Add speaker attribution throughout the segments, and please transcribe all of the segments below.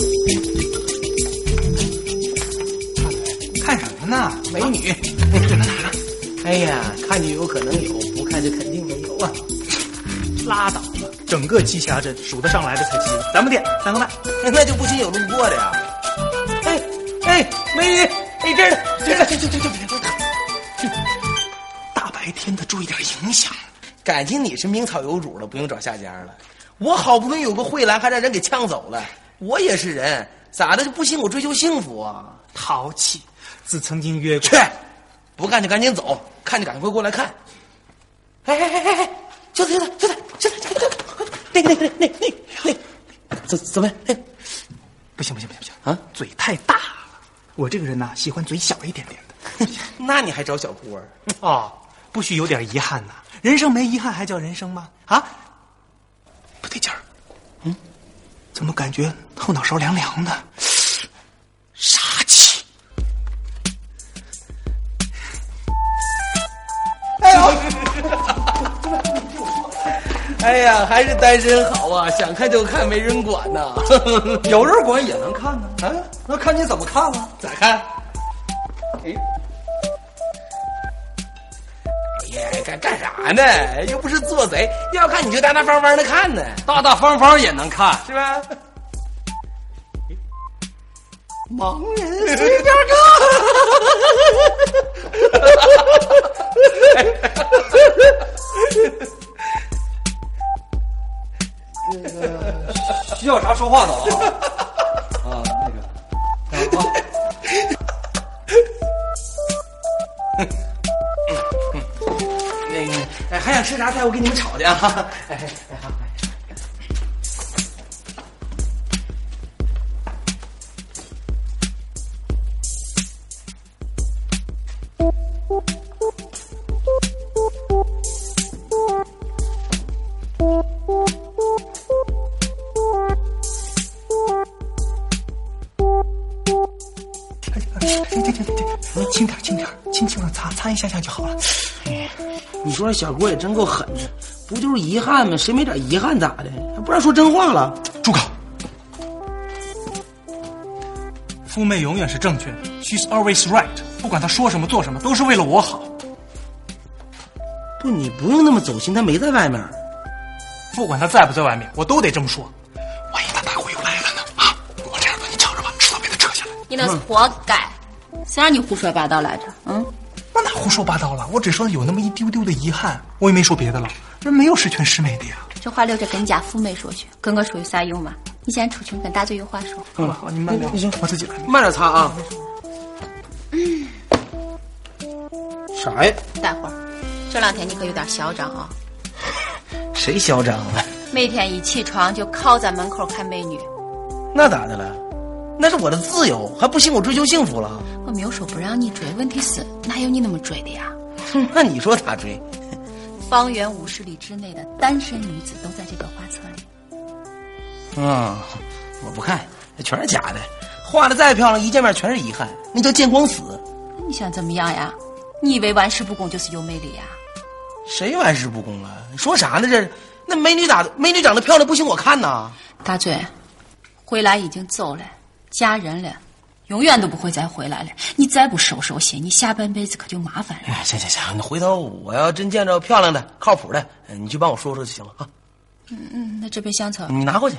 Speaker 1: 你。
Speaker 2: 哎呀，看见有可能有，不看就肯定没有啊！
Speaker 1: 拉倒吧，整个栖霞镇数得上来的才鸡咱们店三个半，
Speaker 3: 那就不许有路过的呀！
Speaker 2: 哎哎，美女，哎这儿呢，这儿呢，这这这这
Speaker 1: 大白天的注意点影响。
Speaker 3: 感情你是名草有主了，不用找下家了。我好不容易有个慧兰，还让人给呛走了。我也是人，咋的就不信我追求幸福啊？
Speaker 1: 淘气，自曾经约过
Speaker 3: 去，不干就赶紧走，看就赶快过来看。
Speaker 2: 哎哎哎哎哎，就他就他就他就他，那那那那那那，怎怎么？哎，
Speaker 1: 不行不行不行不行
Speaker 2: 啊！
Speaker 1: 嘴太大了，我这个人呐、喜欢嘴小一点点的。
Speaker 3: 那你还找小郭？
Speaker 1: 哦，不许有点遗憾呐、人生没遗憾还叫人生吗？啊，不对劲儿，嗯，怎么感觉后脑勺凉凉的？杀气！
Speaker 3: 哎呀，还是单身好啊！想看就看，没人管 呐。
Speaker 4: 有人管也能看呢。啊，那看你怎么看啊了？
Speaker 3: 咋看？哎，哎呀，干干啥呢？又不是做贼，要看你就大大方方的看呢，
Speaker 4: 大大方方也能看。
Speaker 3: 是吧？
Speaker 4: 盲人随便看。需要啥说话的啊？啊，那个，啊，
Speaker 3: 那个，哎，还想吃啥菜？我给你们炒去啊！哎，哎好
Speaker 1: 对对对对对，轻点儿轻点儿，轻轻的擦擦一下下就好了。
Speaker 3: 你说这小郭也真够狠的，不就是遗憾吗？谁没点遗憾咋的？还不让说真话了？
Speaker 1: 住口！夫妹永远是正确的，She's always right。不管她说什么做什么，都是为了我好。
Speaker 3: 不，你不用那么走心，他没在外面。
Speaker 1: 不管她在不在外面，我都得这么说。万一她打回又来了呢？啊！我这样把你抢着吧，石头给她扯下来。
Speaker 5: 你那是活该，谁让你胡说八道来着？嗯，
Speaker 1: 我哪胡说八道了？我只说有那么一丢丢的遗憾，我也没说别的了。人没有十全十美的呀。
Speaker 5: 这话留着跟家富妹说去，跟我说有啥用嘛？你先出去跟大嘴有话说。
Speaker 1: 好吧，好，你慢点，我自己来。
Speaker 3: 慢点擦啊。啥呀？
Speaker 5: 待会儿，这两天你可有点嚣张啊！
Speaker 3: 谁嚣张了？
Speaker 5: 每天一起床就靠在门口看美女，
Speaker 3: 那咋的了？那是我的自由，还不行，我追求幸福 了。
Speaker 5: 我没有说不让你追，问题是哪有你那么追的呀？
Speaker 3: 哼，那你说咋追？
Speaker 5: 方圆五十里之内的单身女子都在这个画册里。
Speaker 3: 嗯，我不看，全是假的。画的再漂亮，一见面全是遗憾，那叫见光死。
Speaker 5: 那你想怎么样呀？你以为玩世不恭就是有魅力呀？
Speaker 3: 谁玩世不恭了？你说啥呢？这那美女咋的？美女长得漂亮不行，我看呐。
Speaker 5: 大嘴，回来已经走了，嫁人了，永远都不会再回来了。你再不收收心，你下半辈子可就麻烦了。
Speaker 3: 哎，行行行，你回头我要真见着漂亮的、靠谱的，你去帮我说说就行了啊。
Speaker 5: 嗯，那这杯香草，
Speaker 3: 你拿过去，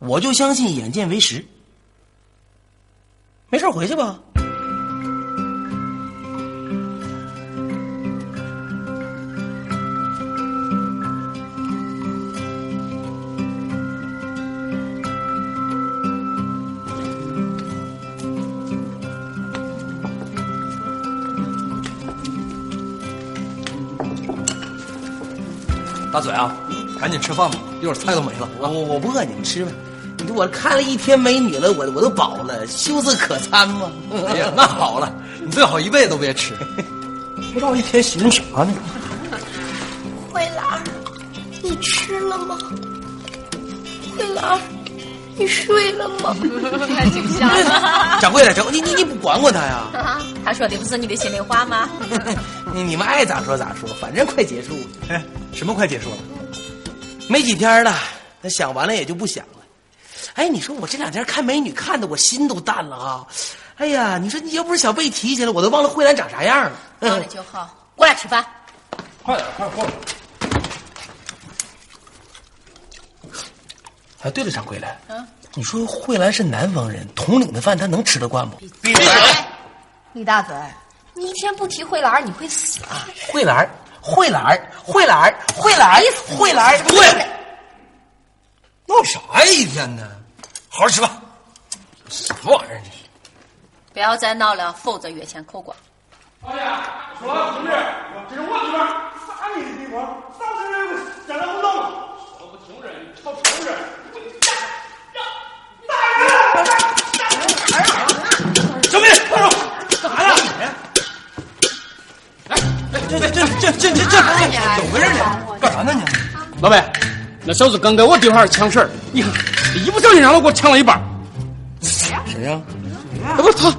Speaker 3: 我就相信眼见为实。没事儿回去吧。
Speaker 4: 大嘴啊，赶紧吃饭吧，一会儿菜都没了。
Speaker 3: 我我我不饿，你们吃吧。你这我看了一天美女了，我我都饱了，羞涩可餐 吗？
Speaker 4: 哎呀，那好了，你最好一辈子都 别吃。
Speaker 3: 绕一天寻啥呢？
Speaker 6: 慧兰儿，你吃了吗？慧兰儿，你睡了吗？
Speaker 5: 还挺像的。
Speaker 3: 掌柜的，掌柜，你你你不管管他呀？
Speaker 5: 啊
Speaker 3: 哎
Speaker 5: 他说的不是你的心里话吗？
Speaker 3: 你你们爱咋说咋说，反正快结束了，
Speaker 1: 哎，什么快结束了？
Speaker 3: 没几天了，那想完了也就不想了。哎，你说我这两天看美女看的我心都淡了啊！哎呀，你说你要不是小贝提起来，我都忘了慧兰长啥样了。
Speaker 5: 到了就好，过来吃饭。
Speaker 1: 快点，快点过来。
Speaker 3: 哎，对了，掌柜的，
Speaker 5: 嗯
Speaker 3: 你说慧兰是南方人，统领的饭她能吃得惯不？
Speaker 5: 闭嘴！
Speaker 7: 李大嘴，
Speaker 5: 你一天不提慧兰儿，你会死啊！
Speaker 3: 慧兰儿，慧兰儿，慧兰儿，慧兰儿，慧兰儿，对。
Speaker 1: 闹啥呀一天呢？好好吃饭。
Speaker 3: 什么玩意儿？这是
Speaker 5: 不要再闹了，否则越钱扣管。
Speaker 8: 小妹，快说，干啥呢？这这这这这这这怎么回事呢？干啥呢你？
Speaker 4: 老板，那小子刚跟我对话抢事儿，你看一不小心让我给我抢了一半儿。
Speaker 3: 谁呀、
Speaker 4: 哎，我操！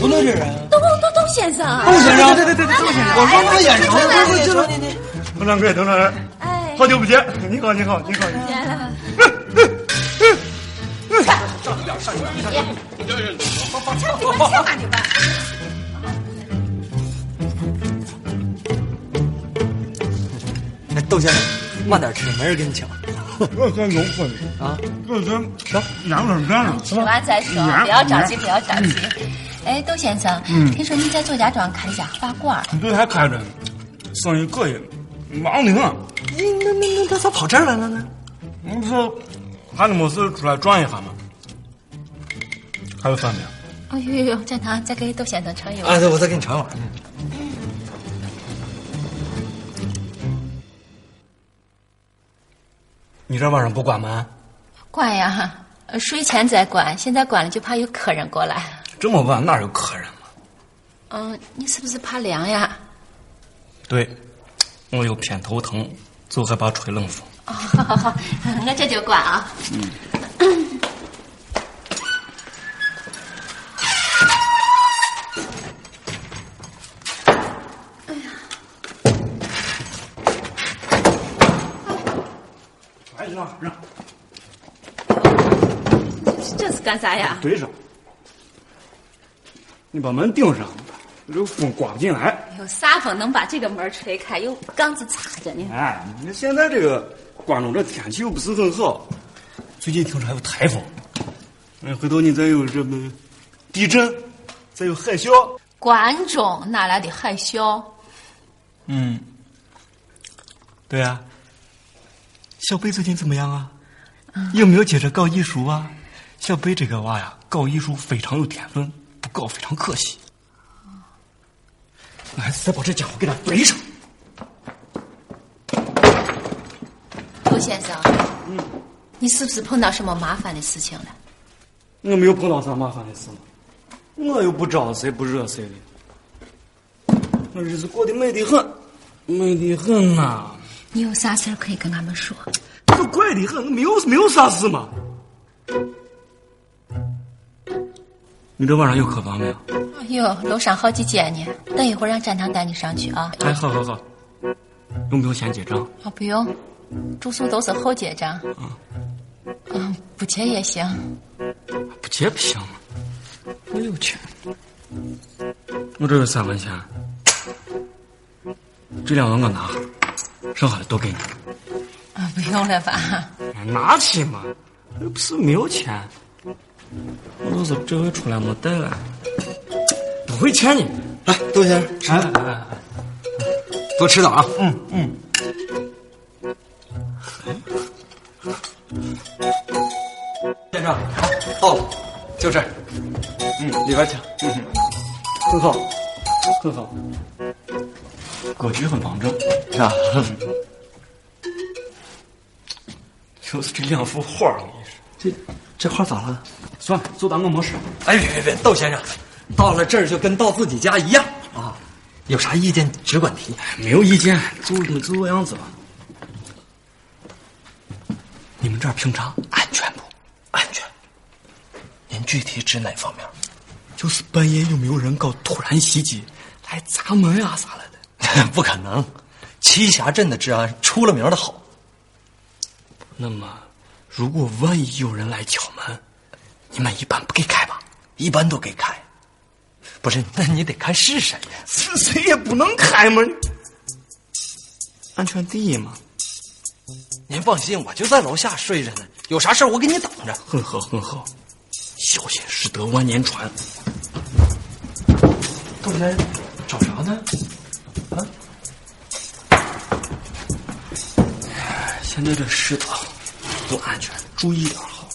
Speaker 8: 不能这人。
Speaker 5: 东东东先生啊，
Speaker 8: 先生，对对对对，杜先生，我说他眼熟，我说就是
Speaker 9: 佟掌柜，佟掌柜，
Speaker 5: 哎，
Speaker 9: 好久不见，你好，你好，你好，
Speaker 8: 哎，窦先生，慢点吃，没人跟你抢。
Speaker 9: 我还有分啊，这这羊肉面呢？
Speaker 5: 吃完再说，不要着急，不要着急。哎，窦先生，听说你在左家庄开一家画馆儿，
Speaker 9: 你这还开着呢，生意可以，忙的很。
Speaker 8: 那那那他咋跑这儿来了呢？
Speaker 9: 你不是还得没事出来转一下吗？还有饭没有？
Speaker 5: 哎呦呦呦，站堂，再给窦先生盛一碗。
Speaker 1: 哎，对，我再给你尝一碗。你这晚上不关门？
Speaker 5: 关呀，呃睡前再关，现在关了就怕有客人过来。
Speaker 1: 这么晚哪有客人嘛？
Speaker 5: 嗯，你是不是怕凉呀？
Speaker 1: 对，我有偏头疼，就害怕吹冷风。
Speaker 5: 哦， 好好好，我这就关啊。
Speaker 9: 哎，让让
Speaker 5: 这是干啥呀？
Speaker 9: 对上，你把门顶上，这风刮不进来。
Speaker 5: 有啥风能把这个门吹开？有杠子插着呢。
Speaker 9: 哎，你现在这个关中这天气又不是很好，
Speaker 1: 最近听说还有台风，
Speaker 9: 哎，回头你再有什么地震，再有海啸，
Speaker 5: 关中哪来的海啸？
Speaker 8: 嗯，对啊。小贝最近怎么样啊？有没有接着搞艺术啊？小贝这个娃呀，搞艺术非常有天分，不搞非常可惜。哎
Speaker 1: 我还是再把这家伙给他怼上。
Speaker 5: 窦先生，你是不是碰到什么麻烦的事情了？
Speaker 9: 我没有碰到啥麻烦的事嘛，我又不招谁不惹谁的，我日子过得美得很，美得很呐、
Speaker 5: 你有啥事儿可以跟俺们说？
Speaker 9: 这怪得很，没有没有啥事嘛。你这晚上有客房没有？
Speaker 5: 哎呦，楼上好几间呢，等一会儿让展堂带你上去啊。
Speaker 9: 哎，好好好，用不用先结账？
Speaker 5: 啊，不用，住宿都是后结账。嗯，不结也行。
Speaker 9: 不结不行吗？哎呦我去！我这有三文钱，这两文我拿，剩下的都给你。
Speaker 5: 啊，不用了吧？
Speaker 9: 哎拿去嘛，又不是没有钱。我就是这回出来没带了，不会欠你。
Speaker 1: 来，窦先生，
Speaker 9: 哎
Speaker 1: 吃饭，多吃点啊。嗯嗯。先生，好，到了，就这儿。嗯，里边请。
Speaker 9: 很好，很好。
Speaker 8: 格局很方正，
Speaker 1: 啊，就是这两幅画儿，你说。
Speaker 8: 这这画咋了？
Speaker 9: 算了，就当我没事。
Speaker 1: 哎，别别别，窦先生，到了这儿就跟到自己家一样啊，有啥意见只管提。
Speaker 9: 没有意见，就就这样子吧。
Speaker 1: 你们这儿平常安全不？安全。您具体指哪方面？
Speaker 8: 就是半夜有没有人搞突然袭击，来砸门啊啥来的？
Speaker 1: 不可能，栖霞镇的治安出了名的好。
Speaker 9: 那么，如果万一有人来敲门，你们一般不给开吧？
Speaker 3: 一般都给开。不是，那你得看是谁呀、
Speaker 4: 是谁也不能开门。
Speaker 1: 安全第一嘛。
Speaker 3: 您放心，我就在楼下睡着呢，有啥事儿我给你等着。
Speaker 9: 很好，很好，小心驶得万年船。
Speaker 3: 杜真，找啥呢？啊？
Speaker 9: 现在这石头不安全，注意点好。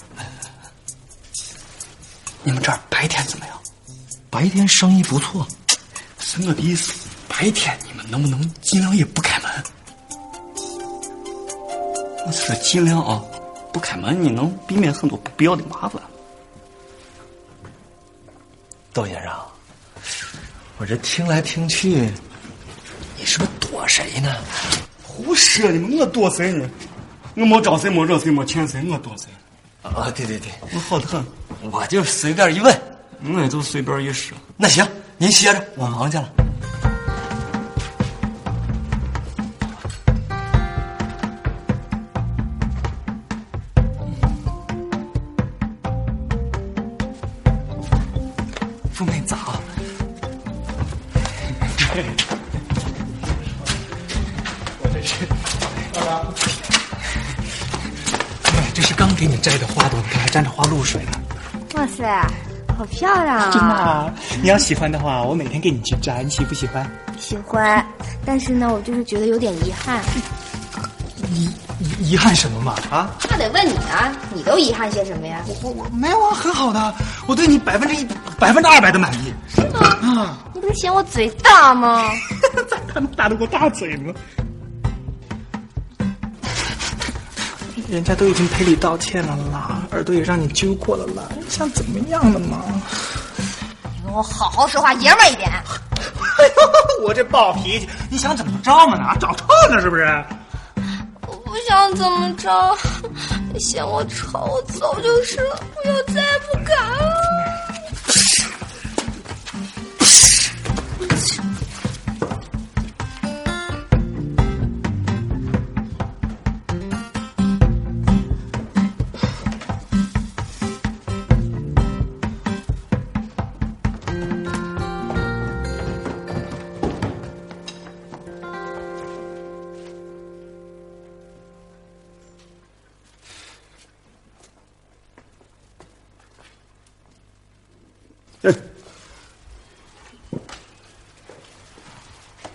Speaker 9: 你们这儿白天怎么样？
Speaker 3: 白天生意不错，
Speaker 9: 是我的意思，白天你们能不能尽量也不开门？我是说尽量啊，不开门你能避免很多不必要的麻烦。
Speaker 3: 窦先生，我这听来听去，你是不是躲谁呢？
Speaker 9: 胡说呢！我躲谁呢？我没招谁，没惹谁，没欠谁，我躲谁？
Speaker 3: 啊，对对对，
Speaker 9: 我好的很，
Speaker 3: 我就随便一问。
Speaker 9: 我也就随便一说。
Speaker 3: 那行，您歇着，我忙去了。
Speaker 1: 猪妹早，我哎这是，这是刚给你摘的花朵，你看还沾着花露水呢。
Speaker 6: 哇塞，好漂亮啊！
Speaker 1: 啊，你要喜欢的话，我每天给你去摘，你喜不喜欢？
Speaker 6: 喜欢，但是呢，我就是觉得有点遗憾。
Speaker 1: 遗遗遗憾什么嘛？啊，
Speaker 6: 那得问你啊，你都遗憾些什么呀？
Speaker 1: 我我没有啊，很好的，我对你百分之一百分之二百的满意。
Speaker 6: 你不是嫌我嘴大吗？
Speaker 1: 他能打得过大嘴吗？ 人家都已经赔礼道歉了啦，耳朵也让你揪过了啦，你想怎么样了嘛？
Speaker 6: 你跟我好好说话，爷们儿一点。
Speaker 1: 哎呦，我这暴脾气，你想怎么着嘛？哪找错了是不是？
Speaker 10: 我不想怎么着，你嫌我丑，我走就是了，我要再也不敢了。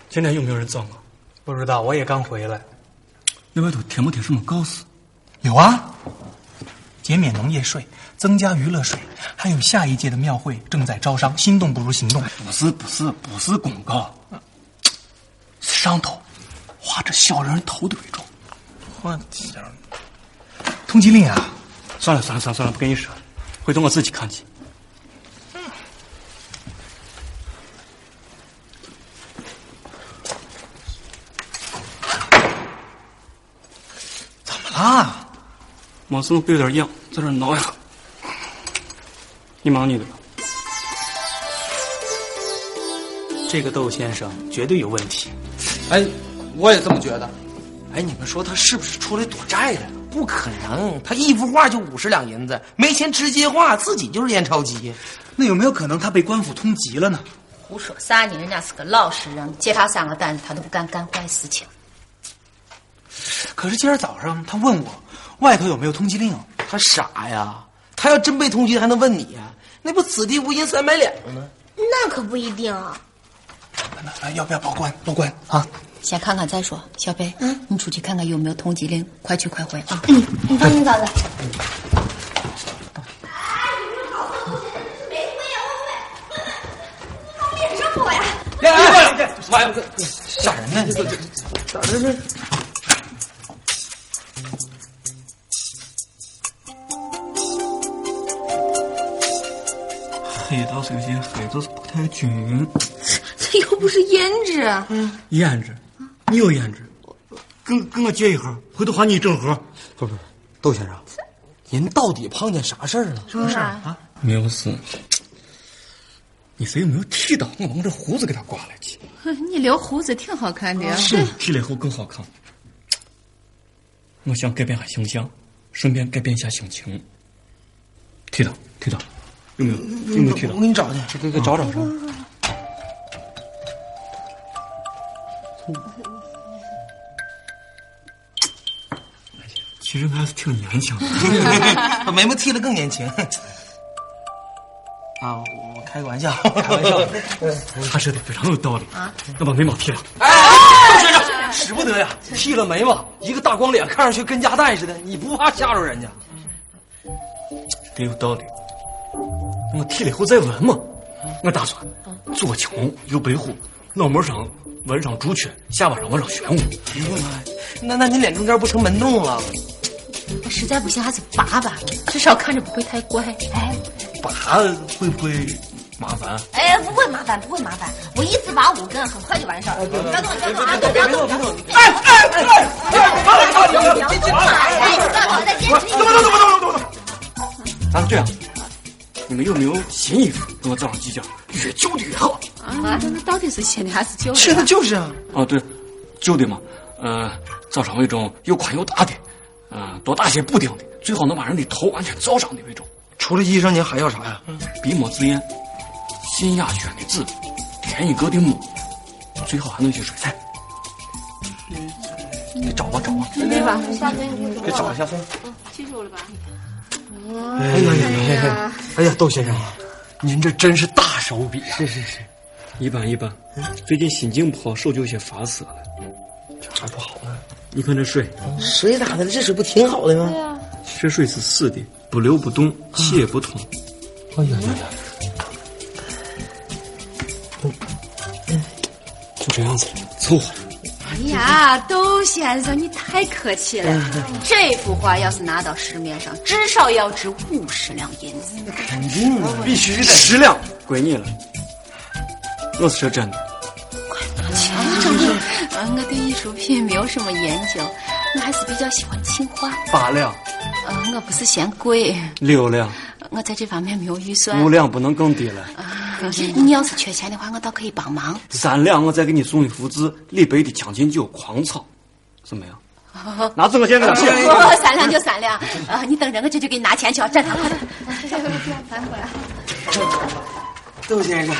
Speaker 9: 今天有没有人找我？
Speaker 1: 不知道，我也刚回来。
Speaker 9: 那外头贴没贴什么告示？
Speaker 1: 有啊，减免农业税，增加娱乐税，还有下一届的庙会正在招商，心动不如行动。
Speaker 9: 不是不是不是公告，是上头画着小人头的那种。
Speaker 1: 我天，通缉令啊！
Speaker 9: 算了算了算了算了，不跟你说了，回头我自己看去。
Speaker 1: 啊，
Speaker 9: 没事，我背有点痒，在这儿挠一下。你忙你的吧。
Speaker 1: 这个窦先生绝对有问题。
Speaker 4: 哎，我也这么觉得。
Speaker 3: 哎，你们说他是不是出来躲债的？
Speaker 4: 不可能，他一幅画就五十两银子，没钱直接画，自己就是验钞机。
Speaker 1: 那有没有可能他被官府通缉了呢？
Speaker 5: 胡说！三年人家是个老实人，借他三个担子，他都不敢干坏事情。
Speaker 1: 可是今儿早上他问我外头有没有通缉令，
Speaker 4: 他傻呀，他要真被通缉，还能问你呀？那不此地无银三百两吗？
Speaker 10: 那可不一定啊。
Speaker 1: 那那要不要报官？报官啊！
Speaker 5: 先看看再说。小贝，嗯，你出去看看有没有通缉令，快去快回啊！
Speaker 10: 你放心，嫂子。
Speaker 4: 哎哎哎！妈呀，
Speaker 3: 吓人呢！
Speaker 9: 黑倒是有些黑，就是不太均匀。
Speaker 10: 这又不是胭脂，啊
Speaker 9: 嗯胭脂，你有胭脂，跟跟我借一盒，回头还你一整盒。
Speaker 3: 不不，窦先生，您到底碰见啥事儿了？
Speaker 10: 什么事啊？
Speaker 9: 没有事。你谁有没有剃刀？我把我这胡子给它刮了去。
Speaker 5: 你留胡子挺哦好看的呀。
Speaker 9: 是剃了以后更好看。我想改变下形象，顺便改变一下心情。剃头，剃头，有没有？有没有剃头
Speaker 3: 嗯我？给你找去。
Speaker 9: 给给找找找。
Speaker 1: 其实还是挺年轻的。
Speaker 3: 把眉毛剃得更年轻。啊，我开个玩笑，开玩笑。
Speaker 9: 他说的非常有道理啊！那把眉毛剃了，
Speaker 3: 使不得呀，剃了眉毛，一个大光脸，看上去跟鸭蛋似的，你不怕吓着人家？
Speaker 9: 得有道理。我剃了以后再纹嘛，
Speaker 3: 嗯
Speaker 9: 我打算左青右白虎，脑门上纹上朱雀，下巴上纹上玄武。
Speaker 3: 哎呦妈呀，那那你脸中间不成门洞了？
Speaker 5: 实在不行还得拔拔，至少看着不会太怪。哎
Speaker 9: 拔会不会麻烦？
Speaker 6: 哎，不会麻烦，不会麻烦，我一次拔五根，很快就完事儿。不要动，不要动啊！不要动，不要动！哎哎哎！不要动，不要动！不要动，再坚持一
Speaker 9: 等等等等等等咱们这样，啊你们有没有新衣服跟我照上几张？越旧的越好。
Speaker 5: 啊，那到底是新的还是旧的？
Speaker 3: 是的，就是啊。
Speaker 9: 啊，对，旧的嘛，呃，造成那种又宽又大的，呃，多大些补丁的，最好能把人的头完全罩上的那种。
Speaker 3: 除了医生，您还要啥呀？
Speaker 9: 笔墨纸砚，信雅轩的纸，天一阁的墨，最好还能些水彩。你找吧找吧，
Speaker 5: 没吧？下回你
Speaker 3: 给找一下。
Speaker 5: 记住了吧？
Speaker 9: 哎呀呀呀！哎呀，窦先生，您这真是大手笔啊！是是是，一般一般。最近心情不好，手就有些发涩了。
Speaker 3: 还不好呢？
Speaker 9: 你看这水，
Speaker 3: 水咋的了？这水不挺好的吗？
Speaker 9: 这水是死的，不流不动，气也不通。
Speaker 3: 啊哎呀呀呀！嗯
Speaker 9: 就这样子，凑合。
Speaker 5: 哎呀，窦先生，你太客气了。这幅画要是拿到市面上，至少要值五十两银子。
Speaker 3: 肯定啊，必须得。
Speaker 9: 十两归你了，我是说真的。
Speaker 5: 啊，我对艺术品没有什么研究，我还是比较喜欢青花。
Speaker 9: 八两、
Speaker 5: 呃，我不是嫌贵，
Speaker 9: 六两、
Speaker 5: 我在这方面没有预算。
Speaker 9: 五两不能更低了。
Speaker 5: 你要是缺钱的话，我倒可以帮 忙。
Speaker 9: 三两我啊再给你送一幅字，李白的《将进酒·狂草》，怎么样？拿字我先给他写。
Speaker 3: 哎
Speaker 5: 我三两就三两，啊，你等着，我这就给你拿钱去啊，站好了。
Speaker 3: 窦先生，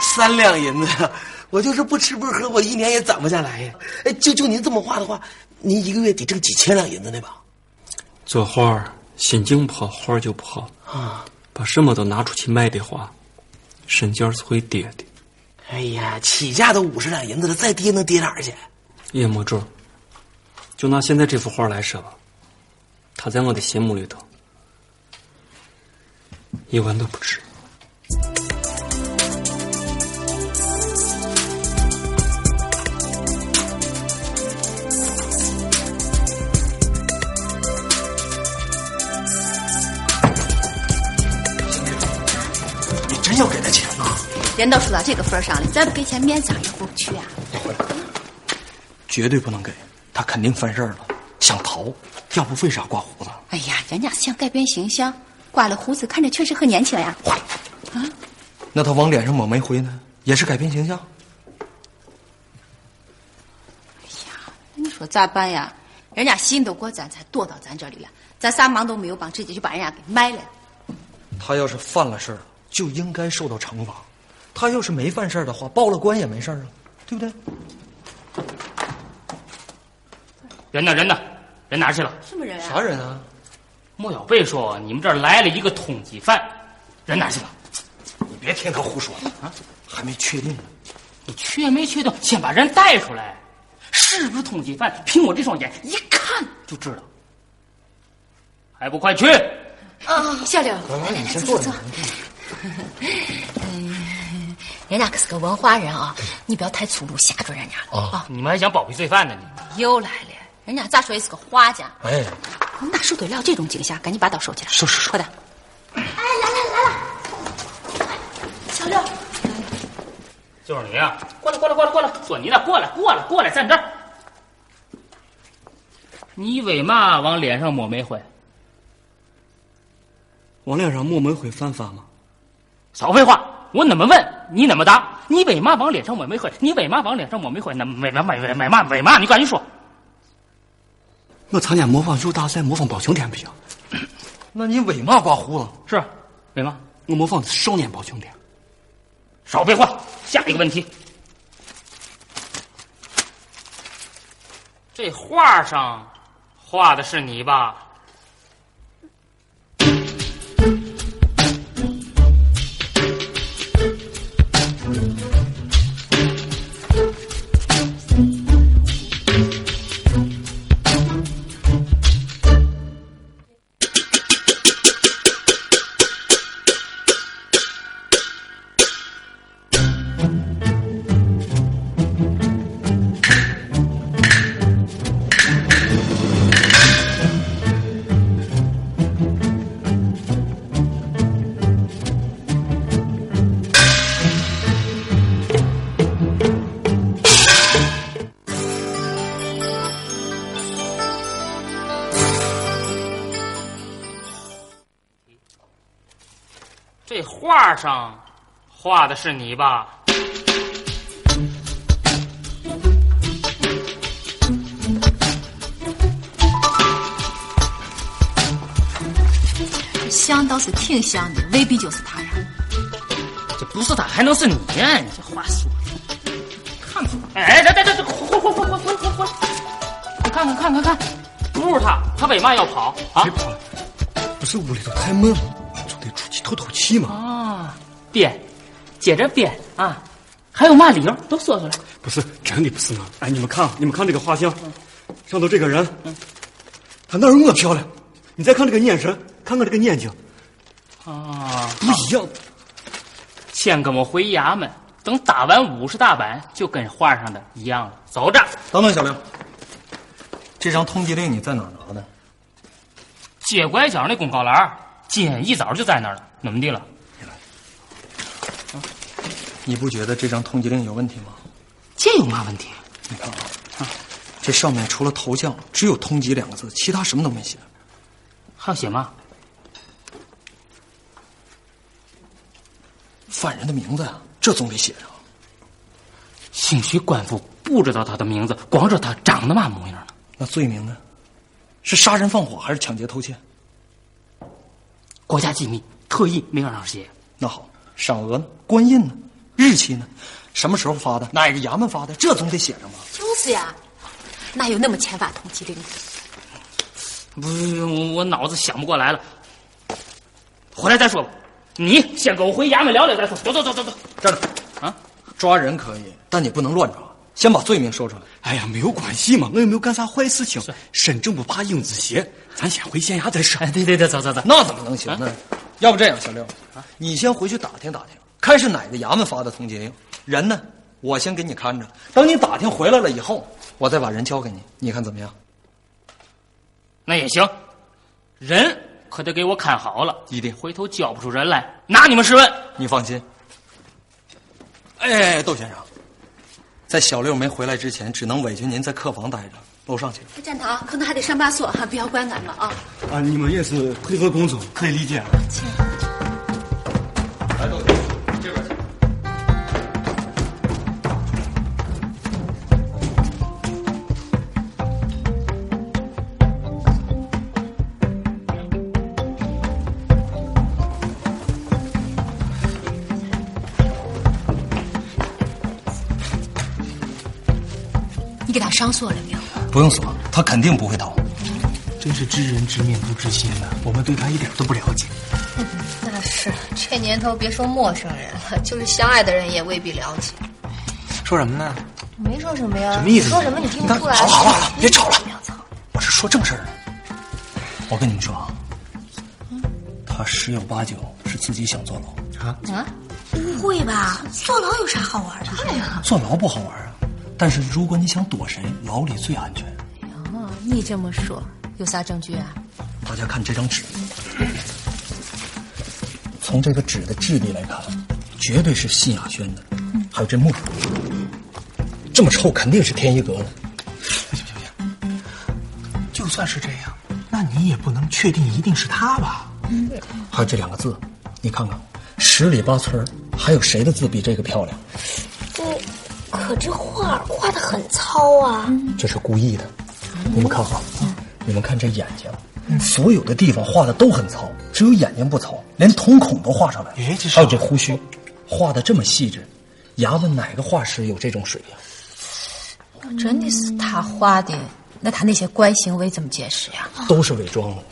Speaker 3: 三两银子，我就是不吃不喝，我一年也攒不下来呀。哎，就就您这么画的话，您一个月得挣几千两银子呢吧？
Speaker 9: 做画儿心情不好，画儿就不好啊。把什么都拿出去卖的话，身价是会跌的，
Speaker 3: 哎呀，起价都五十两银子了，再跌能跌哪儿去？
Speaker 9: 也没准儿。就拿现在这幅画来说吧，它在我的心目里头，一文都不值。
Speaker 3: 你真要给他钱啊？
Speaker 5: 人都说到这个份儿上了，再不给钱面子上也过不去啊。
Speaker 3: 绝对不能给，他肯定犯事儿了，想逃，要不为啥刮胡子？
Speaker 5: 哎呀，人家想改变形象，刮了胡子看着确实很年轻呀。
Speaker 3: 那他往脸上抹煤灰呢，也是改变形象？
Speaker 5: 哎你说咋办呀？人家信都过咱，才躲到咱这里了，咱啥忙都没有帮，直接就把人家给卖了。
Speaker 3: 他要是犯了事儿，就应该受到惩罚；他要是没犯事儿的话，报了官也没事儿啊，对不对？
Speaker 11: 人呢？人呢？人哪儿去了？
Speaker 5: 什么人啊？
Speaker 3: 啥人啊？
Speaker 11: 莫小贝说你们这儿来了一个通缉犯，人哪儿去了？
Speaker 3: 你别听他胡说啊，还没确定呢。
Speaker 11: 你确没确定？先把人带出来，是不是通缉犯？凭我这双眼一看
Speaker 3: 啊
Speaker 11: 就知道。还不快去！
Speaker 5: 哎小刘，
Speaker 3: 来来，你先坐着。
Speaker 5: 人家可是个文化人啊，你不要太粗鲁吓着人家了啊。
Speaker 11: 你们还想保庇罪犯呢？你们
Speaker 5: 又来了，人家咋说也是个画家，
Speaker 3: 哎，
Speaker 5: 我哪受得了这种惊吓？赶紧把刀收起来，收收收，快点！
Speaker 11: 就是你啊！过来，过来，过来，过来，索尼的，过来，过来，过来，站这儿。你为嘛往脸上抹煤灰？
Speaker 9: 往脸上抹煤灰犯法吗？
Speaker 11: 少废话，我怎么问你怎么答？你为嘛往脸上抹煤灰？你为嘛往脸上抹煤灰？那为嘛为为为嘛为嘛？你赶紧说。
Speaker 1: 我参加模仿秀大赛模仿包青天不行，那你为嘛刮胡子？
Speaker 11: 是，啊为嘛？
Speaker 1: 我模仿的是少年包青天。
Speaker 11: 少废话，下一个问题。这画上画的是你吧？这画上画的是你吧？
Speaker 5: 这香倒是挺香的，未必就是他呀。
Speaker 11: 这不是他还能是你？你这话说的，看不出来。哎，这这这这，回回回回回回回，你看看看看看，不是他，他为嘛要跑啊？
Speaker 1: 别跑了，不是屋里头太闷了，总得出去透透气嘛。
Speaker 11: 啊，编，接着编啊！还有嘛理由都说出来。
Speaker 1: 不是真的不是我。哎，你们看，你们看这个画像，上头这个人，他哪有我漂亮？你再看这个眼神，看看这个眼睛，
Speaker 11: 啊，
Speaker 1: 不一样。
Speaker 11: 先跟我回衙门，等打完五十大板，就跟画上的一样了。走着，
Speaker 3: 等等，小刘，这张通缉令你在哪拿的？
Speaker 11: 街拐角那公告栏儿，今天一早就在那儿了，怎么地了？
Speaker 3: 你不觉得这张通缉令有问题吗？
Speaker 11: 这有嘛问题？
Speaker 3: 你看啊，这上面除了头像只有“通缉”两个字，其他什么都没写。
Speaker 11: 还要写嘛？
Speaker 3: 犯人的名字呀，这总得写上。
Speaker 11: 兴许官府不知道他的名字，光知道他长得嘛模样呢。
Speaker 3: 那罪名呢？是杀人放火还是抢劫偷窃？
Speaker 11: 国家机密，特意没让上写。
Speaker 3: 那好，赏额呢？官印呢？日期呢？什么时候发的？哪个衙门发的？这总得写上吧？
Speaker 12: 就是呀，
Speaker 5: 哪有那么千法通缉令？
Speaker 11: 不是我，我脑子想不过来了。回来再说吧。你先跟我回衙门聊聊再说。走走走走走。
Speaker 3: 站着
Speaker 11: 啊！
Speaker 3: 抓人可以，但你不能乱抓，先把罪名说出来。
Speaker 1: 哎呀，没有关系嘛，我又没有干啥坏事情。身正不怕影子斜，咱先回县衙再说。
Speaker 11: 哎，对对对，走走走。
Speaker 3: 那怎么能行呢？要不这样，小六，啊你先回去打听打听，看是哪个衙门发的通缉令，人呢，我先给你看着。等你打听回来了以后，我再把人交给你，你看怎么样？
Speaker 11: 那也行，人可得给我看好了，
Speaker 3: 一定
Speaker 11: 回头交不出人来，拿你们试问。
Speaker 3: 你放心。哎，窦先生，在小六没回来之前，只能委屈您在客房待着，楼上去。
Speaker 5: 哎站堂，可能还得上罢所哈，不要怪俺们啊。
Speaker 13: 啊，你们也是配合工作，可以理解。啊
Speaker 3: 来，窦先生，这边请。
Speaker 5: 你给他上锁了没有？
Speaker 3: 不用锁，他肯定不会逃。
Speaker 14: 真是知人知面不知心呐、我们对他一点都不了解。
Speaker 15: 嗯那是这年头，别说陌生人了，就是相爱的人也未必了解。
Speaker 14: 说什么呢？
Speaker 15: 没说什么呀，
Speaker 14: 什么意思
Speaker 15: 说什么你听不出来？
Speaker 3: 好了好了好了，别吵了
Speaker 15: 不要吵，
Speaker 3: 我是说正事儿呢。我跟你们说啊，
Speaker 15: 嗯
Speaker 3: 他十有八九是自己想坐牢，
Speaker 15: 啊！
Speaker 12: 不会吧？坐牢有啥好玩的？
Speaker 3: 坐牢不好玩啊。但是如果你想躲谁，牢里最安全。
Speaker 15: 哦，你这么说，有啥证据啊？
Speaker 3: 大家看这张纸，从这个纸的质地来看，绝对是信雅轩的。还有这墨，这么臭，肯定是天一阁的。
Speaker 14: 就算是这样，那你也不能确定一定是他吧？
Speaker 3: 还有这两个字，你看看，十里八村儿还有谁的字比这个漂亮？
Speaker 12: 哦这可这画画的很糙啊！
Speaker 3: 这是故意的。你们看好，你们看这眼睛，所有的地方画的都很糙，只有眼睛不糙，连瞳孔都画上来了。还有这胡须，画的这么细致，衙门哪个画师有这种水平？
Speaker 5: 真的是他画的，那他那些怪行为怎么解释呀？
Speaker 3: 都是伪装的，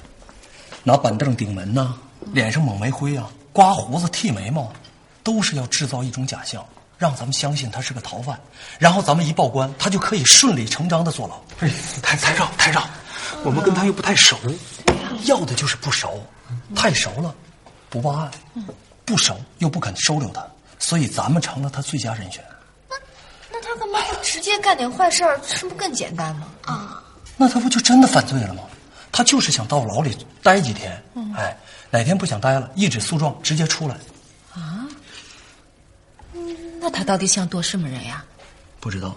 Speaker 3: 拿板凳顶门呐、脸上抹煤灰啊，刮胡子、剃眉毛，都是要制造一种假象，让咱们相信他是个逃犯，然后咱们一报官，他就可以顺理成章的坐牢。哎，太太绕太绕，我们跟他又不太熟，要的就是不熟，太熟了不报案，不熟又不肯收留他，所以咱们成了他最佳人选。
Speaker 5: 那他干嘛不直接干点坏事儿？这不更简单吗？啊，
Speaker 3: 那他不就真的犯罪了吗？他就是想到牢里待几天，
Speaker 5: 嗯
Speaker 3: 哎，哪天不想待了，一纸诉状直接出来。
Speaker 5: 啊，嗯那他到底想多什么人呀？
Speaker 3: 不知道，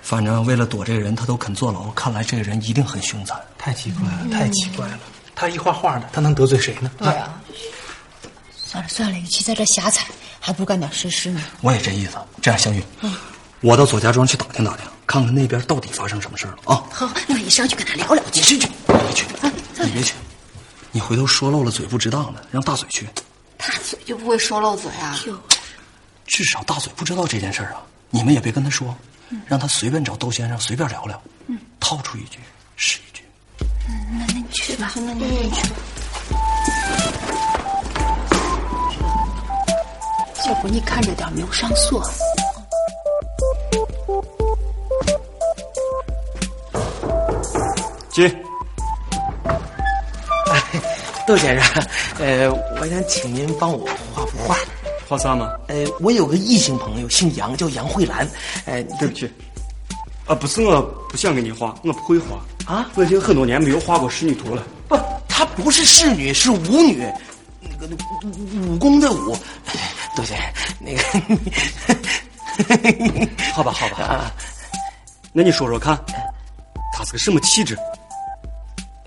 Speaker 3: 反正为了躲这个人，他都肯坐牢。看来这个人一定很凶残。
Speaker 16: 太奇怪了，太奇怪了。他一画画的，他能得罪谁呢？
Speaker 5: 嗯对啊，算了算了，与其在这瞎猜，还不如干点实事呢。
Speaker 3: 我也这意思。这样，小雨，
Speaker 5: 嗯，
Speaker 3: 我到左家庄去打听打听，看看那边到底发生什么事儿了啊！
Speaker 5: 好，那你上去跟他聊聊。
Speaker 3: 你去去，别去，你别去，你回头说漏了嘴不值当的，让大嘴去，
Speaker 17: 大嘴就不会说漏嘴啊？
Speaker 3: 至少大嘴不知道这件事儿啊。你们也别跟他说，让他随便找窦先生随便聊聊，
Speaker 17: 嗯
Speaker 3: 套出一句是一句。
Speaker 17: 那那你
Speaker 5: 嗯
Speaker 17: 去吧，那你去吧。要不你看着点，没有上锁。
Speaker 5: 啊
Speaker 1: 接。窦先生，呃，我想请您帮我画幅画。
Speaker 9: 画啥嘛？
Speaker 1: 呃，我有个异性朋友，姓杨，叫杨慧兰。呃，
Speaker 9: 对不起，啊，不是我不想给你画，我不会画
Speaker 1: 啊，
Speaker 9: 我已经很多年没有画过仕女图了。
Speaker 1: 不，她不是侍女，是舞女，那个武功的武。哎窦先生，那个，
Speaker 9: 好吧，好吧，那你说说看，他是个什么气质？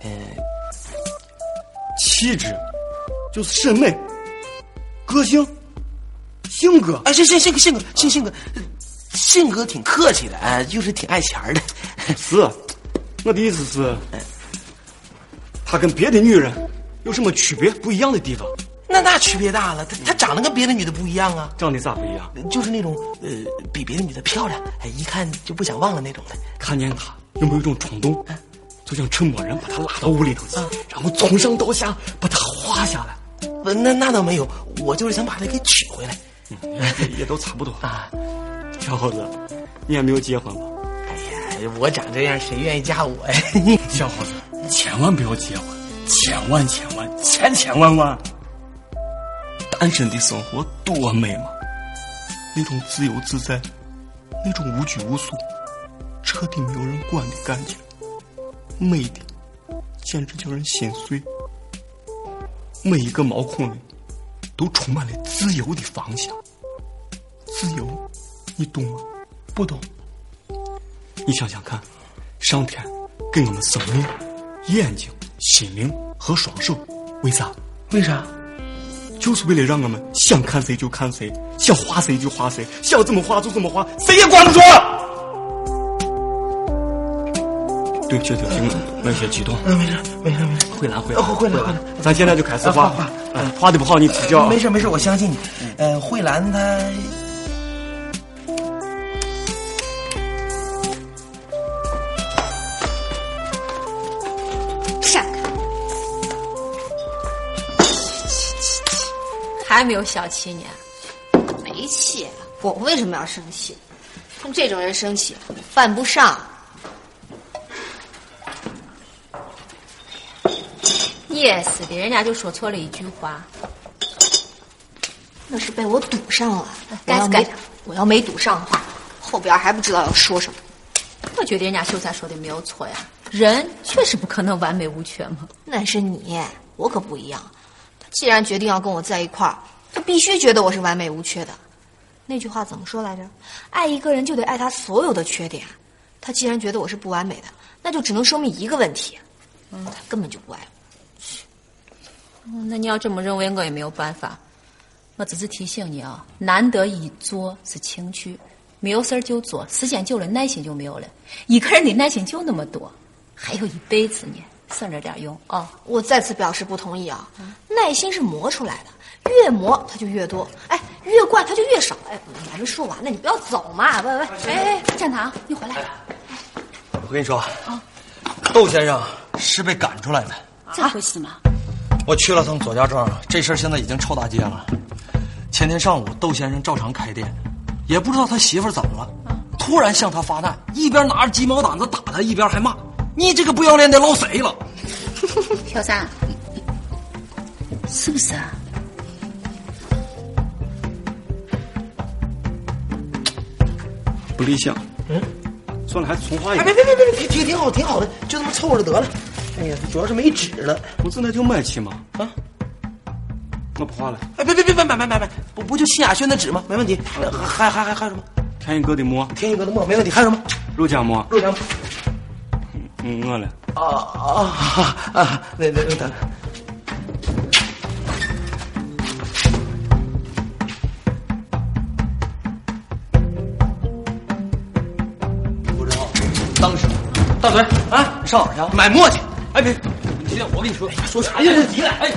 Speaker 1: 呃，
Speaker 9: 气质就是审美、个性、性格。
Speaker 1: 哎，这这这个性格，性性格，性格挺客气的，哎，就是挺爱钱儿的。
Speaker 9: 是，
Speaker 1: 啊
Speaker 9: 我的意思是，他跟别的女人有什么区别不一样的地方？
Speaker 1: 那那区别大了，她她长得跟别的女的不一样啊，
Speaker 9: 长得咋不一样？
Speaker 1: 就是那种呃比别的女的漂亮，哎，一看就不想忘了那种的。
Speaker 9: 看见他有没有一种冲动，
Speaker 1: 啊
Speaker 9: 就想趁某人把他拉到屋里头去，然后从上到下把他画下来。
Speaker 1: 不，呃那那倒没有，我就是想把她给娶回来。
Speaker 9: 也都差不多啊。小伙子，你也没有结婚吧？
Speaker 1: 哎呀，我长这样，谁愿意嫁我呀？
Speaker 9: 小伙子，千万不要结婚，千万千万千千万万！单身的生活多美嘛，那种自由自在，那种无拘无束，彻底没有人管的感觉，美的简直叫人心碎。每一个毛孔里都充满了自由的方向，自由，你懂吗？不懂。你想想看，上天给我们生命、眼睛、心灵和双手，为啥？
Speaker 1: 为啥？
Speaker 9: 就是为了让我们想看谁就看谁，想画谁就画谁，想怎么画就怎么画，谁也管不住。啊对不起，对不起，我有些激动。
Speaker 3: 嗯
Speaker 1: 没事，没事，没事。
Speaker 9: 回来，回
Speaker 1: 哦
Speaker 9: 来，
Speaker 1: 回来回来
Speaker 9: 咱现在就开始
Speaker 1: 啊
Speaker 9: 画
Speaker 1: 画画，
Speaker 9: 嗯画的不好你指教啊。
Speaker 1: 没事没事，我相信你。呃，慧兰她，
Speaker 5: 闪开！还没有小气呢，
Speaker 6: 没气，
Speaker 5: 我为什么要生气？跟这种人生气犯不上。你也死的，人家就说错了一句话。
Speaker 6: 那是被我堵上了。
Speaker 5: 该死该死！
Speaker 6: 我要没堵上的话，后边还不知道要说什么。
Speaker 5: 我觉得人家秀才说的没有错呀，人确实不可能完美无缺嘛。
Speaker 6: 那是你，我可不一样。他既然决定要跟我在一块儿，他必须觉得我是完美无缺的。那句话怎么说来着？爱一个人就得爱他所有的缺点。他既然觉得我是不完美的，那就只能说明一个问题，嗯，他根本就不爱我。
Speaker 5: 嗯那你要这么认为，我也没有办法。我只是提醒你啊，难得一做是情趣，没有事儿就做，时间久了耐心就没有了。一个人的耐心就那么多，还有一辈子呢，省着点用啊、哦！
Speaker 18: 我再次表示不同意啊！
Speaker 5: 嗯
Speaker 18: 耐心是磨出来的，越磨它就越多，哎，越惯它就越少。哎，你还没说完呢，你不要走嘛！喂喂，
Speaker 5: 哎，站堂，你回来。
Speaker 1: 我跟你说，啊，窦先生是被赶出来的。
Speaker 5: 这回事吗？
Speaker 1: 我去了趟左家庄，这事儿现在已经臭大街了。前天上午，窦先生照常开店，也不知道他媳妇儿怎么了，突然向他发难，一边拿着鸡毛掸子打他，一边还骂：“你这个不要脸的老贼了！”
Speaker 5: 小三，是不是啊？
Speaker 9: 不理想。嗯，算了，还是重画一个。
Speaker 3: 别别别别别，挺挺好，挺好的，就这么凑合着得了。哎呀，主要是没纸了。
Speaker 9: 我这来就买去嘛啊！我不画了。
Speaker 3: 哎，别别别别买买买买，不不就信雅轩的纸吗？没问题。还还还还还有什么？
Speaker 9: 天一哥的墨，
Speaker 3: 天一哥的墨没问题。还有什么？
Speaker 9: 肉夹馍，
Speaker 3: 肉夹馍。
Speaker 9: 嗯，饿了。
Speaker 3: 啊啊啊！那那等等。
Speaker 1: 不知道，当时，大嘴啊，你上哪儿去？
Speaker 3: 买墨去。
Speaker 1: 哎别，你听我跟你说，
Speaker 3: 说啥呀？
Speaker 1: 急了哎。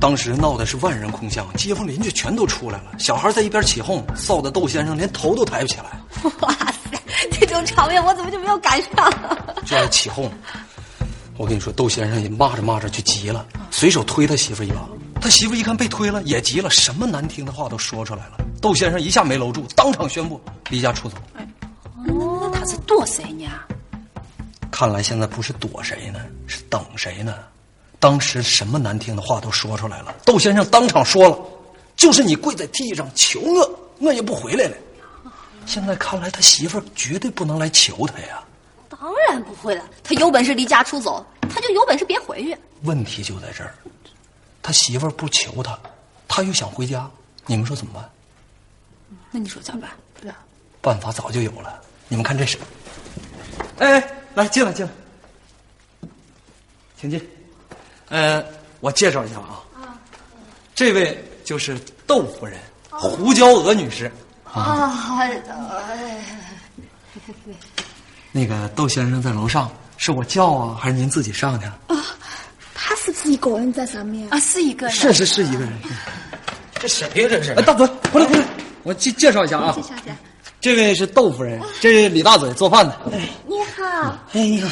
Speaker 1: 当时闹的是万人空巷，街坊邻居全都出来了，小孩在一边起哄，臊得窦先生连头都抬不起来。
Speaker 5: 哇塞，这种场面我怎么就没有赶上？
Speaker 1: 就在起哄，我跟你说，窦先生也骂着骂着就急了，随手推他媳妇一把。他媳妇一看被推了，也急了，什么难听的话都说出来了。窦先生一下没搂住，当场宣布离家出走。
Speaker 5: 那他是躲谁呢？
Speaker 1: 看来现在不是躲谁呢，是等谁呢？当时什么难听的话都说出来了，窦先生当场说了：“就是你跪在地上求我，我也不回来了。”现在看来，他媳妇儿绝对不能来求他呀。
Speaker 5: 当然不会了，他有本事离家出走，他就有本事别回去。
Speaker 1: 问题就在这儿，他媳妇儿不求他，他又想回家，你们说怎么办？
Speaker 5: 那你说咋办？啊
Speaker 1: 办法早就有了，你们看这是。
Speaker 4: 哎哎，来进来进来，请进。呃，我介绍一下啊，这位就是窦夫人，胡椒娥女士。
Speaker 1: 啊，
Speaker 6: 哎
Speaker 1: 那个窦先生在楼上，是我叫啊，还是您自己上去？
Speaker 6: 啊他是不是一个人在上面
Speaker 5: 啊？是一个人，
Speaker 1: 是是是一个人。
Speaker 3: 这谁呀？这是？
Speaker 4: 哎，大嘴，回来回来，我介介绍一下啊，这位是窦夫人，这是李大嘴做饭的。
Speaker 6: 你好，
Speaker 3: 哎呀，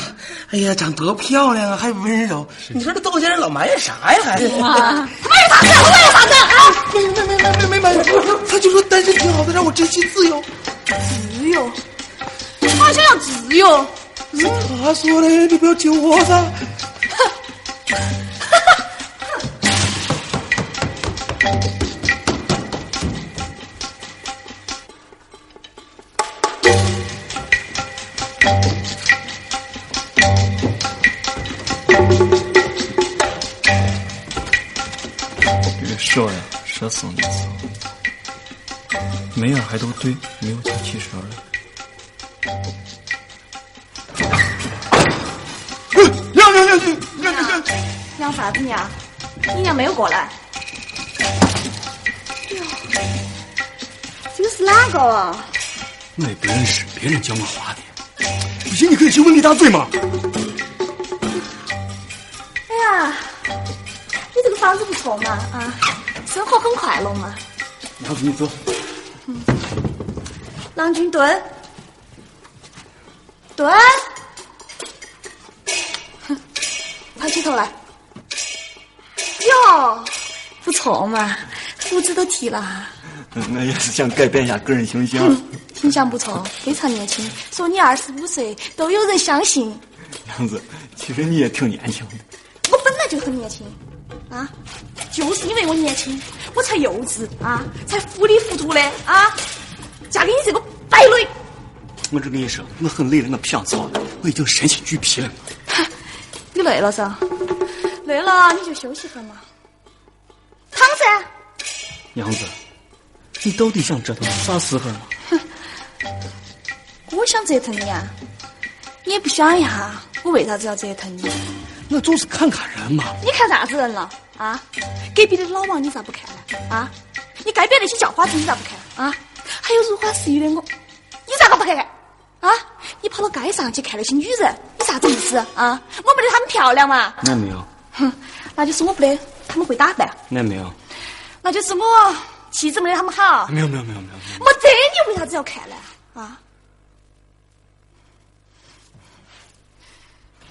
Speaker 3: 哎呀，长多漂亮啊，还温柔。你说这窦先生老埋怨啥呀？还是
Speaker 5: 啊，他妈有啥事？我有啥
Speaker 3: 没没
Speaker 5: 事？
Speaker 3: 没没没没埋怨，他就说单身挺好的，让我珍惜自由。
Speaker 5: 自由？好像自由。
Speaker 3: 他说的，你不要揪我噻。
Speaker 9: 越说呀，说送的送，每样还都对，没有做七十二了。
Speaker 3: 让让让让让让！
Speaker 18: 嚷啥子呀？你俩没有过来？
Speaker 6: 这个是哪个啊？
Speaker 9: 我也不认识，别人教我画的。不信你可以去问李大嘴嘛。
Speaker 6: 哎呀，你这个房子不错嘛啊，生活很快乐嘛。
Speaker 9: 老子你坐，
Speaker 6: 郎君蹲，蹲，哼快起头来。哟，不错嘛，胡子都剃了，啊
Speaker 9: 我嗯也是想改变一下个人形象。
Speaker 4: 嗯
Speaker 6: 形象不错，非常年轻。说你二十五岁都有人相信，
Speaker 9: 杨子，其实你也挺年轻的。
Speaker 6: 我本来就很年轻啊，就是因为我年轻，我才幼稚啊，才糊里糊涂的啊，嫁给你这个败类。
Speaker 9: 我只跟你说，我很累了，我不想操了，我已经身心俱疲了。
Speaker 6: 你累了噻？累了你就休息下嘛，躺噻。
Speaker 9: 杨子，你到底想折腾到啥时候嘛？
Speaker 6: 我想折腾你啊，你也不想一下，我为啥子要折腾你？
Speaker 9: 我就是看看人嘛。
Speaker 6: 你看啥子人了啊？隔壁的老王你咋不看呢？啊？你街边那些叫花子你咋不看啊？还有如花似玉的我，你咋个不看啊？
Speaker 19: 你跑到街上去看那些女人，你啥子意思啊？我没得她们漂亮嘛。
Speaker 1: 那没有，
Speaker 19: 哼，那就是我不得她们会打扮，
Speaker 1: 那没有，
Speaker 19: 那就是我气质没得她们好。
Speaker 1: 没有没有没有没有。
Speaker 19: 没得你为啥子要看呢？啊？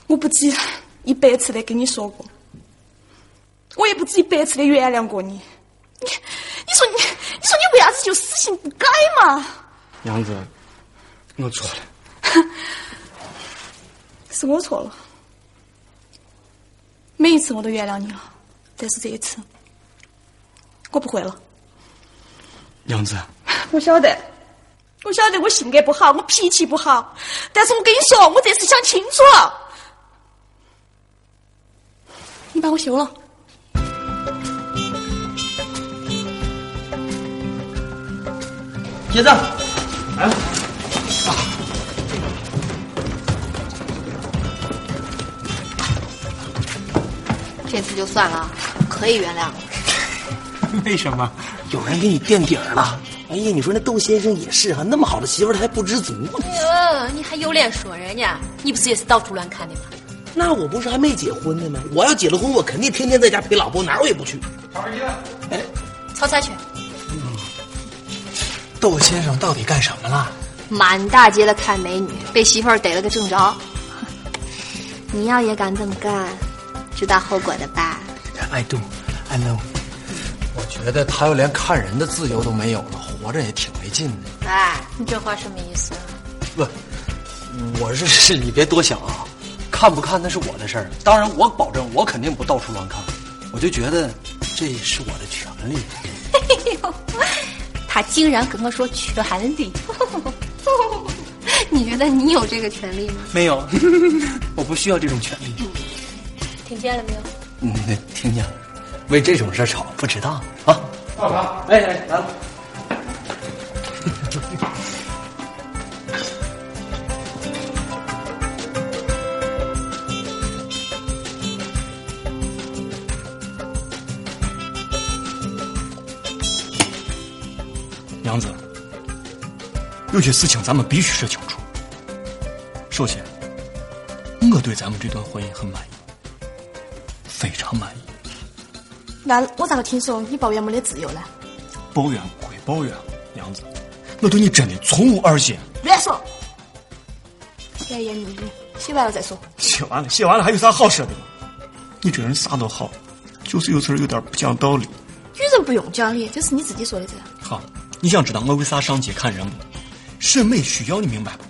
Speaker 19: 我不止一百次的跟你说过，我也不止一百次的原谅过你。你，你说你，你说你为啥子就死性不改嘛？
Speaker 1: 杨子，我错了。
Speaker 19: 是我错了，每一次我都原谅你了，但是这一次，我不会了。
Speaker 1: 杨子，
Speaker 19: 我晓得，我晓得我性格不好，我脾气不好，但是我跟你说，我这次想清楚了。你把我休了，
Speaker 4: 结账。哎，
Speaker 6: 这次就算了，可以原谅了。
Speaker 20: 为什么？
Speaker 3: 有人给你垫底儿了。哎呀，你说那窦先生也是哈、那么好的媳妇儿他还不知足。
Speaker 5: 哟，你还有脸说人家？你不是也是到处乱看的吗？
Speaker 3: 那我不是还没结婚呢吗？我要结了婚，我肯定天天在家陪老婆，哪儿我也不去。
Speaker 5: 炒菜去，
Speaker 20: 窦先生到底干什么了？
Speaker 6: 满大街的看美女，被媳妇儿逮了个正着。 你要也敢这么干，知道后果的吧？
Speaker 4: I do, I know。我觉得他要连看人的自由都没有了，活着也挺没劲的。
Speaker 5: 哎，你这话什么意思啊？
Speaker 4: 不，我是是你别多想啊，看不看那是我的事儿。当然，我保证我肯定不到处乱看，我就觉得这是我的权利。
Speaker 5: 他竟然跟我说权利， 你觉得你有这个权利吗？
Speaker 20: 没 有，我不需要这种权利。
Speaker 5: 听见了没有？
Speaker 4: 嗯，听见了，为这种事儿吵不值当啊。
Speaker 3: 干啥？哎哎，来了。
Speaker 1: 娘子，有些事情咱们必须说清楚。首先，我对咱们这段婚姻很满意，非常满意。
Speaker 19: 那我咋个听说你抱怨没得自由呢？
Speaker 1: 抱怨归抱怨，娘子，我对你真的从无二心。
Speaker 19: 乱说！甜言蜜语，写完了再说。
Speaker 1: 写完了，写完了，还有啥好说的吗？你这人啥都好，就是有时候有点不讲道理。
Speaker 19: 女人不用讲理，这是你自己说的这。
Speaker 1: 好，你想知道我为啥上街看人不？审美需要你明白不？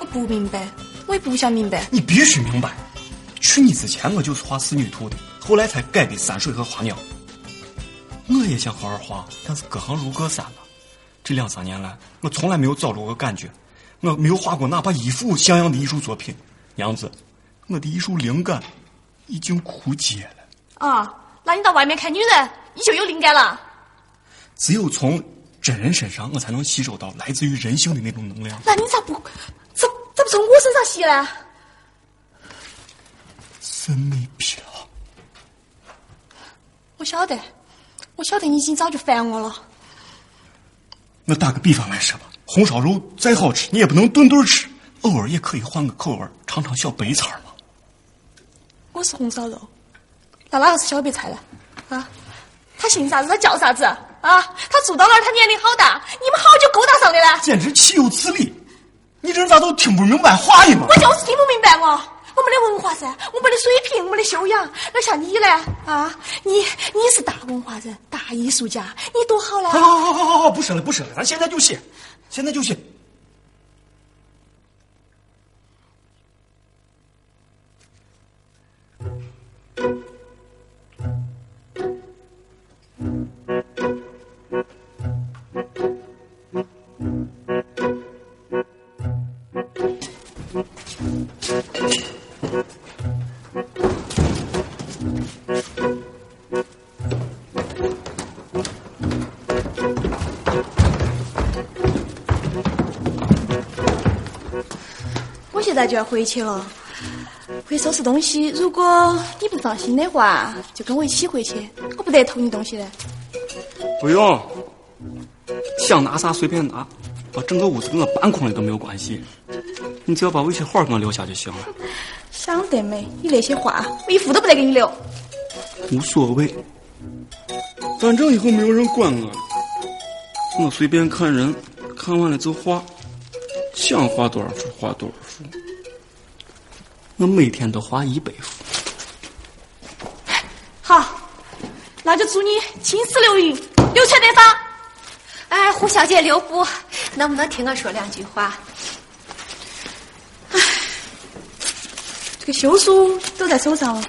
Speaker 19: 我不明白，我也不想明白。
Speaker 1: 你必须明白。去你之前我就是画仕女图的，后来才改的山水和花鸟。我也想好好画，但是各行如隔山了。这两三年来，我从来没有找着我感觉，我没有画过哪怕一幅像样的艺术作品。娘子，我的艺术灵感已经枯竭了。
Speaker 19: 啊，那你到外面看女人，你就有灵感了。
Speaker 1: 只有从真人身上，我才能吸收到来自于人性的那种能量。
Speaker 19: 那你咋不，咋咋不从我身上吸呢？
Speaker 1: 审美疲劳。
Speaker 19: 我晓得，我晓得你已经早就烦我了。
Speaker 1: 那打个比方来说吧，红烧肉再好吃，你也不能顿顿吃，偶尔也可以换个口味儿，尝尝小白菜儿嘛。
Speaker 19: 我是红烧肉，那哪个是小白菜呢？啊，他姓啥子？他叫啥子？啊，他住到哪儿？他年龄好大？你们好久勾搭上的呢？
Speaker 1: 简直岂有此理！你这人咋都听不明白话呢嘛
Speaker 19: 我？就是听不明白我，我没得文化噻，我没得水平，没得修养。那像你呢？啊，你你是大文化人，大艺术家，你多好呢！
Speaker 1: 好好好好好好，不说了不说了，咱现在就写，现在就写。
Speaker 19: 我现在就要回去了，回去收拾东西。如果你不放心的话，就跟我一起回去，我不得偷你东西的。
Speaker 9: 哎
Speaker 1: 不用，想拿啥随便拿，把整个屋子给我搬空了都没有关系。
Speaker 9: 你只要把微信号给我留下就行了，
Speaker 19: 想得美！你那些话，我一幅都不得给你留。
Speaker 9: 无所谓。反正以后没有人管啊我了，我随便看人，看完了就画，想画多少幅画多少幅。我每天都画一百幅。
Speaker 19: 好，那就祝你青丝留韵，留全南方。
Speaker 5: 哎，胡小姐、刘姑，能不能听我说两句话？
Speaker 19: 这个休书都在手上了，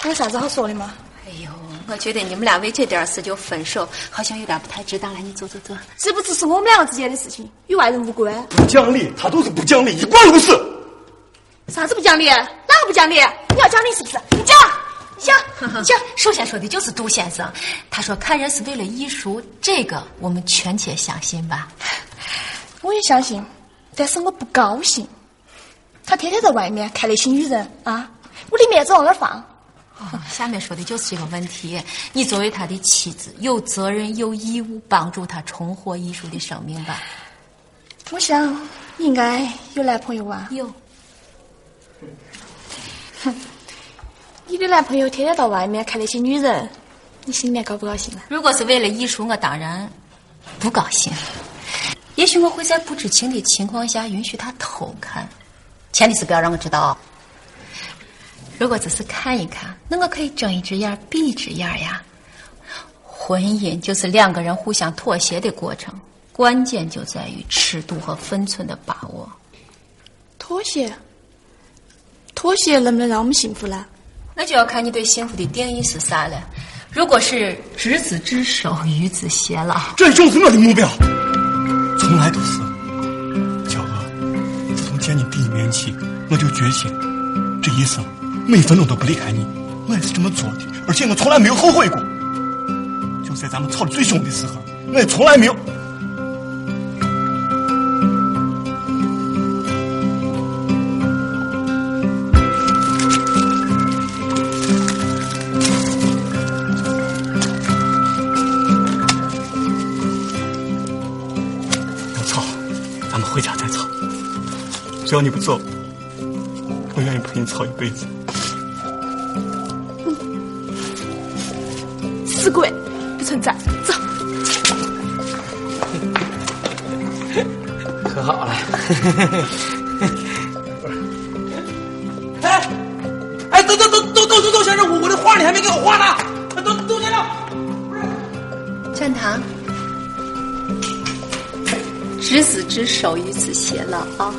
Speaker 19: 还有啥子好说的吗？
Speaker 5: 哎呦，我觉得你们俩为这点事就分手，好像有点不太值当了。你坐坐坐。
Speaker 19: 这不只是我们两个之间的事情，与外人无关。
Speaker 1: 不讲理，他都是不讲理，一贯如是。
Speaker 19: 啥子不讲理？哪个不讲理？你要讲理是不是？你讲。讲 讲，
Speaker 5: 首先说的就是杜先生，他说看人是为了艺术，这个我们全且相信吧。
Speaker 19: 我也相信，但是我不高兴。他天天在外面看那些女人啊，我的面子往哪儿放？
Speaker 5: 哦，下面说的就是这个问题。你作为他的妻子，有责任有义务帮助他重获艺术的生命吧。
Speaker 19: 我想你应该有男朋友啊。
Speaker 5: 有。
Speaker 19: 哼。你的男朋友天天到外面看那些女人，你心里面高不高兴啊？
Speaker 5: 如果是为了艺术，我当然不高兴。也许我会在不知情的情况下允许他偷看，前提是不要让我知道。如果只是看一看，那我可以睁一只眼闭一只眼呀。婚姻就是两个人互相妥协的过程，关键就在于尺度和分寸的把握。
Speaker 19: 妥协，妥协能不能让我们幸福呢？
Speaker 5: 那就要看你对幸福的定义是啥了。如果是执子之手，与子偕老，
Speaker 1: 这就是我的目标，从来都是。小娥，自从见你第一面起，我就决心，这一生每分钟都不离开你。我也是这么做的，而且我从来没有后悔过。就在咱们吵得最凶的时候，我也从来没有。回家再吵，只要你不走，我愿意陪你吵一辈子。
Speaker 19: 死鬼，不存在，走。
Speaker 3: 可好了。哎，哎，等等等等等等，先生，我我的画你还没给我画呢。等等，先生，
Speaker 5: 不是站堂。执子之手，与子偕老啊！